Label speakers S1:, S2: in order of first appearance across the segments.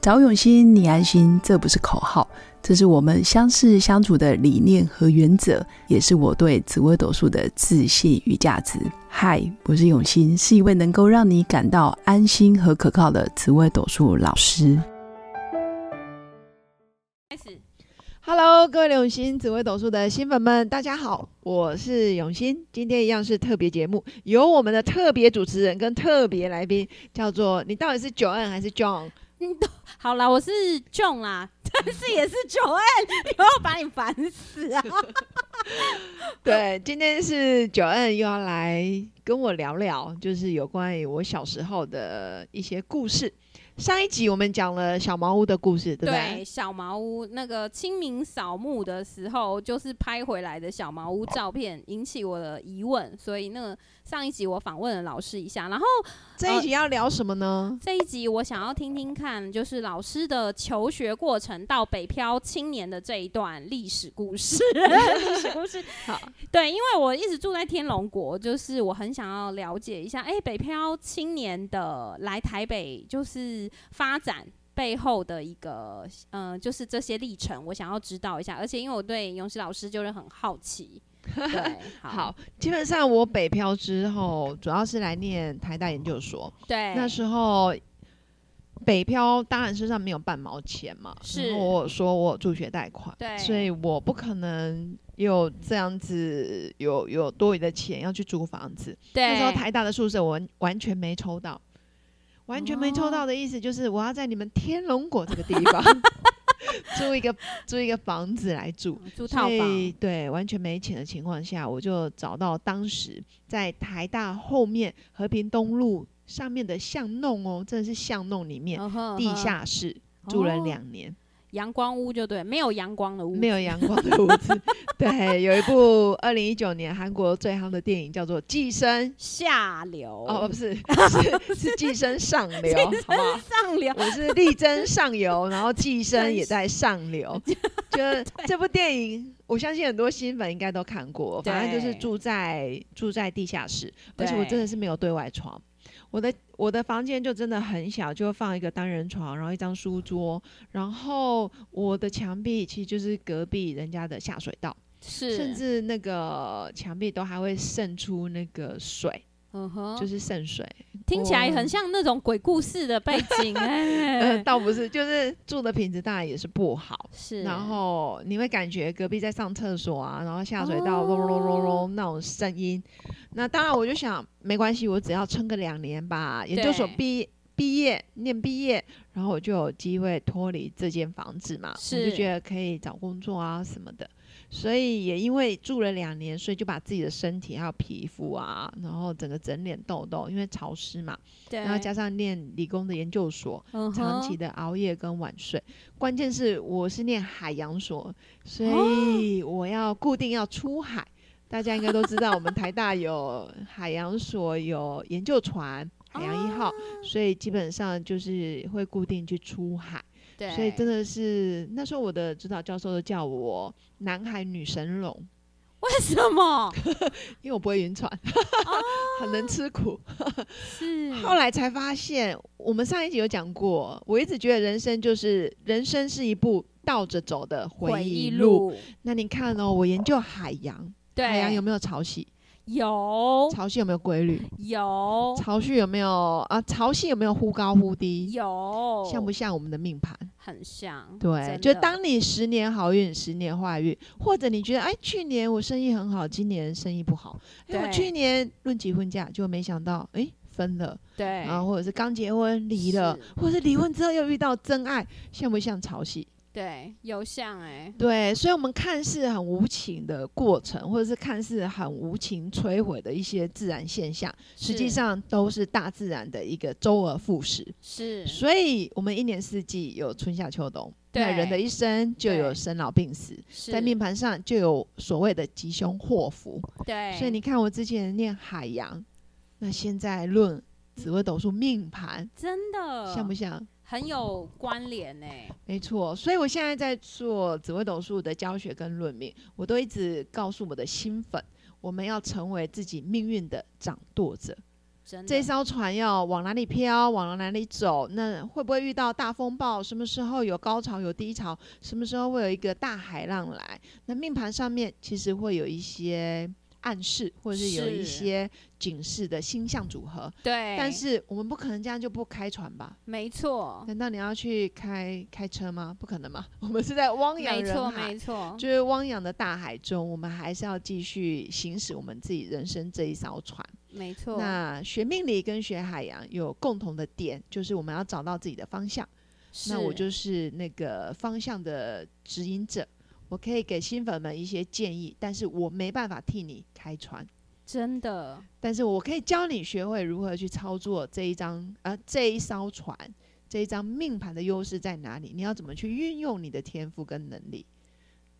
S1: 找永新，你安心，这不是口号，这是我们相识相处的理念和原则，也是我对紫微斗数的自信与价值。嗨，我是永新，是一位能够让你感到安心和可靠的紫微斗数老师。
S2: 开始，
S3: Hello，各位永新紫微斗数的新粉们，大家好，我是永新。今天一样是特别节目，有我们的特别主持人跟特别来宾，叫做你到底是 Joan 还是 John？
S2: 你都好啦，我是 John 啦， 但是也是 Joan，以后把你烦死啊！
S3: 对，今天是 Joan 又要来跟我聊聊，就是有关于我小时候的一些故事。上一集我们讲了小茅屋的故事，对不对？
S2: 小茅屋那个清明扫墓的时候，就是拍回来的小茅屋照片，引起我的疑问，所以那个上一集我访问了老师一下，然后
S3: 这一集要聊什么呢？
S2: 这一集我想要听听看，就是老师的求学过程到北漂青年的这一段历史故 事。历史故 事，
S3: 好，
S2: 对，因为我一直住在天龙国，就是我很想要了解一下，哎、北漂青年的来台北就是发展。背后的一个，嗯、就是这些历程，我想要知道一下。而且，因为我对永熙老师就是很好 奇，对，好，
S3: 呃好，基本上我北漂之后，主要是来念台大研究所。
S2: 对，
S3: 那时候北漂当然身上没有半毛钱嘛，
S2: 是
S3: 然后我有说我有助学贷款，
S2: 对
S3: 所以我不可能有这样子有有多余的钱要去租房子。
S2: 对，
S3: 那时候台大的宿舍我完完全没抽到，完全没抽
S2: 哦
S3: 到的意思就是我要在你们天龙国这个地方 租一个租一个房子来住。
S2: 租套
S3: 所以
S2: 房，
S3: 对完全没钱的情况下，我就找到当时在台大后面和平东路上面的巷弄哦，真的是巷弄里面、
S2: 嗯哼
S3: 地
S2: 嗯哼
S3: 下室住了
S2: 哦
S3: 两年，
S2: 阳光屋就对，没有阳光的屋，
S3: 没有阳光的屋子。 对，有一部二零一九年韩国最夯的电影叫做《寄生》。
S2: 下流
S3: 哦，不是， 是是寄生上流，好不好？
S2: 上流，
S3: 我是力争上游，然后寄生
S2: 真
S3: 也
S2: 是
S3: 在上 流。就是这部电影，我相信很多新粉应该都看过。反正就是
S2: 对
S3: 住在住在地下室，而且我
S2: 对
S3: 真的是没有对外床。我的我的房间就真的很小，就放一个单人床，然后一张书桌，然后我的墙壁其实就是隔壁人家的下水道，
S2: 是，
S3: 甚至那个墙壁都还会渗出那个水，
S2: 嗯哼，
S3: 就是渗水。
S2: 听起来
S3: 我
S2: 很像那种鬼故事的背 景
S3: 呃，
S2: 哎，
S3: 倒不是，就是住的品质当然也是不好。
S2: 是，
S3: 然后你会感觉隔壁在上厕所啊，然后下水道
S2: 哦
S3: 隆隆隆隆那种声音。那当然，我就想没关系，我只要撑个两年吧，研究所
S2: 对
S3: 毕毕业念毕业，然后我就有机会脱离这间房子嘛，我
S2: 是
S3: 就觉得可以找工作啊什么的。所以也因为住了两年，所以就把自己的身体还有皮肤啊，然后整个整脸痘痘，因为潮湿嘛，
S2: 对，
S3: 然后加上念理工的研究所，
S2: 嗯哼
S3: 长期的熬夜跟晚睡。关键是我是念海洋所，所以我要固定要出海。大家应该都知道，我们台大有海洋所，有研究船海洋一号，所以基本上就是会固定去出海。
S2: 对，
S3: 所以真
S2: 的
S3: 的是那时候我的指导教授都叫我“南海女神龙
S2: 为什 么”，
S3: 因为我不会晕船， 很能吃苦。
S2: 是
S3: 后来才发现，我们上一集有讲过，我一直觉得人生就是人生是一部倒着走的
S2: 回
S3: 忆
S2: 忆。录？
S3: 那你看哦，我研究海洋，海洋
S2: 对，
S3: 有没有潮汐？
S2: 有
S3: 潮汐有没有规律？
S2: 有
S3: 潮汐有没有啊？潮汐有没有忽高忽低？
S2: 嗯有，
S3: 像不像我们的命盘？
S2: 很像？
S3: 对，
S2: 真
S3: 就
S2: 的
S3: 当你十年好运，十年坏运，或者你觉得哎，去年我生意很好，今年生意不好，哎，我
S2: 对
S3: 去年论及婚嫁，就没想到哎分了，
S2: 对，
S3: 然后或者是刚结婚离
S2: 哎是
S3: 了，或者是离婚之后又遇到真爱，像不像潮汐？
S2: 嗯对有像哎，
S3: 对，所以我们看似很无情的过程，或者是看似很无情摧毁的一些自然现象，实际
S2: 是
S3: 上都是大自然的一个周而复始。
S2: 是
S3: 所以，我们一年四季有春夏秋冬，
S2: 对
S3: 那人的一生就有
S2: 对
S3: 生老病死，
S2: 是
S3: 在命盘上就有所谓的吉凶祸福。
S2: 对，
S3: 所以你看，我之前念海洋，那现在论紫微斗数命盘，
S2: 真的
S3: 像不像？
S2: 很有关联哎，
S3: 没错，所以我现在在做紫微斗数的教学跟论命，我都一直告诉我的新粉，我们要成为自己命运的掌舵者。
S2: 真的
S3: 这艘船要往哪里飘，往哪里走？那会不会遇到大风暴？什么时候有高潮有低潮？什么时候会有一个大海浪来？那命盘上面其实会有一些暗示，或者是有
S2: 是
S3: 一
S2: 哎
S3: 些警示的星象组合。
S2: 对，
S3: 但是我们不可能这样就不开船吧？
S2: 没错，
S3: 难道你要去开开车吗？ 不可能嘛！我们是在汪洋
S2: 没
S3: 人
S2: 错，
S3: 海，
S2: 没错，
S3: 就是汪洋的大海中，我们还是要继续行驶我们自己人生这一艘船。
S2: 没错，
S3: 那学命理跟学海洋有共同的点，就是我们要找到自己的方向。那我
S2: 是
S3: 就是那个方向的指引者，我可以给新粉们一些建议，但是我没办法替你开船，
S2: 真的
S3: 但是我可以教你学会如何去操作这一张啊、这一艘船。这一张命盘的优势在哪里？你要怎么去运用你的天赋跟能力？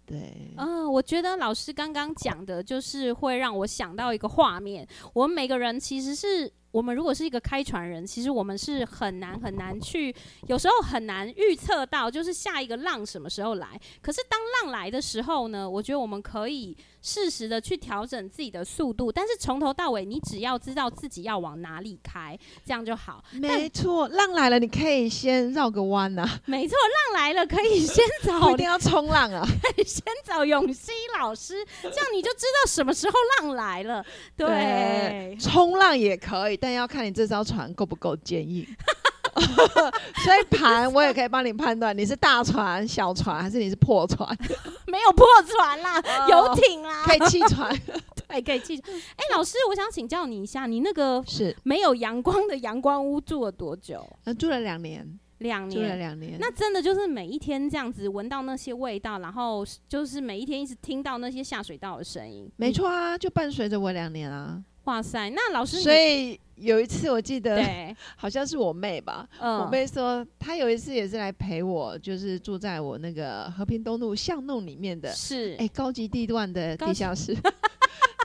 S3: 对，
S2: 嗯，我觉得老师刚刚讲的，就是会让我想到一个画面。我们每个人其实是我们如果是一个开船人，其实我们是很难很难去，有时候很难预测到，就是下一个浪什么时候来。可是当浪来的时候呢，我觉得我们可以适时的去调整自己的速度，但是从头到尾，你只要知道自己要往哪里开，这样就好。
S3: 没错，浪来了，你可以先绕个弯呐、
S2: 没错，浪来了可以先
S3: 不
S2: 找
S3: 一定要冲浪啊。
S2: 先找永熙老师，这样你就知道什么时候浪来了。对，
S3: 冲浪也可以，但要看你这艘船够不够坚硬。 所以盘我也可以帮你判断，你是大船、小船，还是你是破船，
S2: 没有破船啦，游艇啦，
S3: 哦可以弃船。
S2: 对，可以继续。哎，老师，我想请教你一下，你那个
S3: 是，
S2: 没有阳光的阳光屋住了多久？
S3: 呃，住了两年，
S2: 两
S3: 住了
S2: 年。
S3: 两年。
S2: 那真的就是每一天这样子闻到那些味道，然后就是每一天一直听到那些下水道的声音。
S3: 没错啊，就伴随着我两年啊。
S2: 哇塞，那老师你
S3: 所以有一次我记得，
S2: 对，
S3: 好像是我妹吧，我
S2: 嗯，
S3: 妹说她有一次也是来陪我，就是住在我那个和平东路巷弄里面的
S2: 是
S3: 哎、，高级地段的
S2: 高
S3: 地
S2: 级
S3: 下室。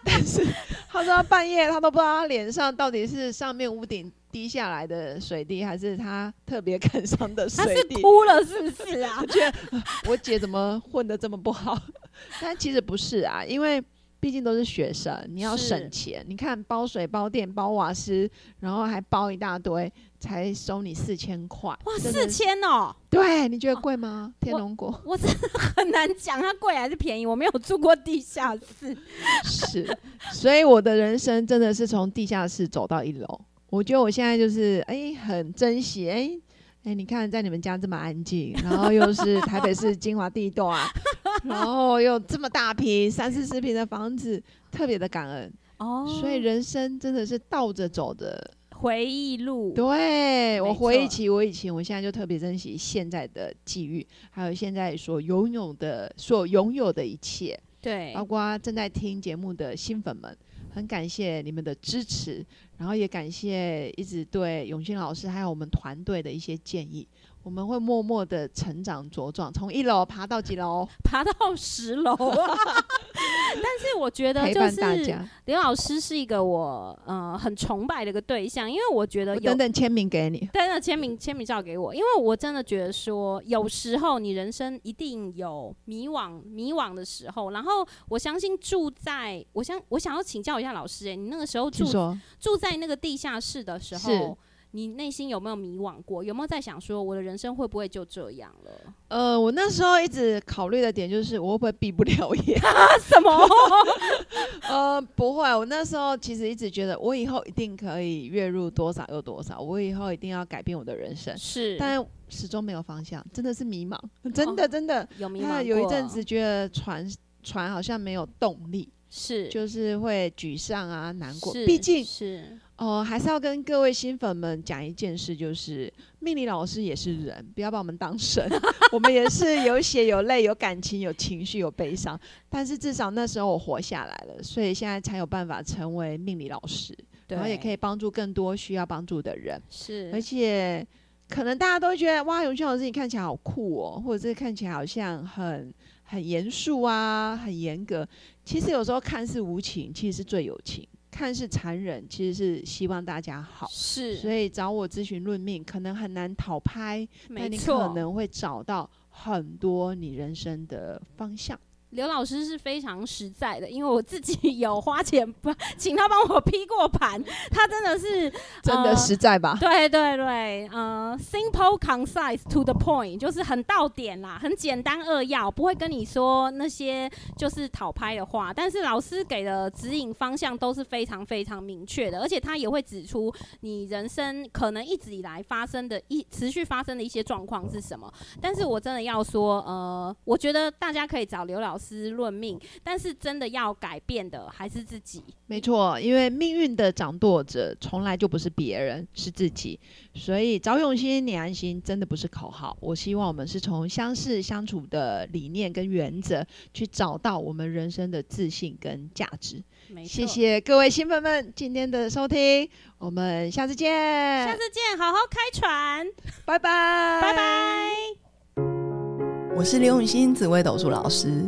S3: 但是他说他半夜他都不知道他脸上到底是上面屋顶滴下来的水滴，还是他特别感伤的
S2: 他
S3: 水
S2: 是
S3: 滴。
S2: 哭了是不是啊？
S3: 我姐怎么混的这么不好？ 但其实不是啊，因为毕竟都是学生，你要省
S2: 是
S3: 钱。你看包水、包电、包瓦斯，然后还包一大堆，才收你四千块。
S2: 哇，
S3: 真
S2: 四
S3: 的是！
S2: 千哦，
S3: 对，你觉得贵吗？天
S2: 我
S3: 龙国。
S2: 我真的很难讲它贵还是便宜，我没有住过地下室。
S3: 是，所以我的人生真的是从地下室走到一楼。我觉得我现在就是哎、很珍惜哎哎、你看在你们家这么安静，然后又是台北市精华地段、然后又这么大平三四十平的房子，特别的感恩。
S2: 哦
S3: 所以人生真的是倒着走的。
S2: 回忆录，
S3: 对我
S2: 没
S3: 回忆
S2: 错
S3: 起我以前，我现在就特别珍惜现在的际遇，还有现在所拥有的所拥有的一切。
S2: 对
S3: 包括正在听节目的新粉们，很感谢你们的支持，然后也感谢一直对永新老师还有我们团队的一些建议。我们会默默的成长茁壮，从一楼爬到几楼，
S2: 爬到十楼。啊 但是我觉得
S3: 陪
S2: 就
S3: 伴大
S2: 是
S3: 家。
S2: 刘老师是一个我呃很崇拜的一个对象，因为我觉得
S3: 我
S2: 有
S3: 等。等签名给你，
S2: 真的签名签名照给我，因为我真的觉得说，有时候你人生一定有迷惘迷惘的时候，然后我相信住在我想我想要请教一下老师、哎，你那个时候
S3: 请
S2: 住
S3: 说。
S2: 住在那个地下室的时
S3: 是
S2: 候，你内心有没有迷惘过？有没有在想说，我的人生会不会就这样了？
S3: 呃，我那时候一直考虑的点就是，我会不会毕不了 业？
S2: 什么？
S3: 呃，不会，我那时候其实一直觉得，我以后一定可以月入多少有多少，我以后一定要改变我的人生，
S2: 是，
S3: 但始终没有方向，真的是迷茫，真的真的。
S2: 有迷茫。
S3: 他
S2: 哦
S3: 有一阵，子觉得船船好像没有动力，
S2: 是
S3: 就是会沮丧啊、难过。
S2: 是
S3: 毕竟
S2: 是
S3: 哦、还是要跟各位新粉们讲一件事，就是命理老师也是人，不要把我们当 神，我们也是有血有泪、有感情、有情绪、有悲伤。但是至少那时候我活下来了，所以现在才有办法成为命理老师，
S2: 对，
S3: 然后也可以帮助更多需要帮助的人。
S2: 是，
S3: 而且可能大家都会觉得哇，永俊老师你看起来好酷哦，或者是看起来好像很很严肃啊，很严格。其实有时候看似无情，其实是最有情；看似残忍，其实是希望大家好。
S2: 是，
S3: 所以找我咨询论命，可能很难讨拍，但
S2: 没
S3: 你
S2: 错，
S3: 可能会找到很多你人生的方向。
S2: 刘老师是非常实在的，因为我自己有花钱帮请他帮我批过盘，他真的是
S3: 真的
S2: 呃
S3: 实在 吧？
S2: 对对对，呃，simple, concise, to the point，就是很到点啦，很简单扼要，不会跟你说那些就是讨拍的话。但是老师给的指引方向都是非常非常明确的，而且他也会指出你人生可能一直以来发生的一持续发生的一些状况是什么。但是我真的要说，呃，我觉得大家可以找刘老师论命，但是真的要改变的还是自己。
S3: 没错，因为命运的掌舵者从来就不是别人，是自己。所以找永新、你安心，真的不是口号。我希望我们是从相识相处的理念跟原则，去找到我们人生的自信跟价值。
S2: 没
S3: 谢
S2: 错，
S3: 谢各位新粉们今天的收听，我们下次见，
S2: 下次见，好好开船。
S3: 拜拜，
S2: 拜拜。
S1: 我是刘雨欣，紫微斗数老师。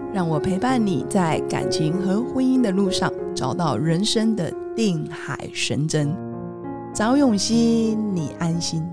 S1: 让我陪伴你在感情和婚姻的路上找到人生的定海神针。找永熙，你安心。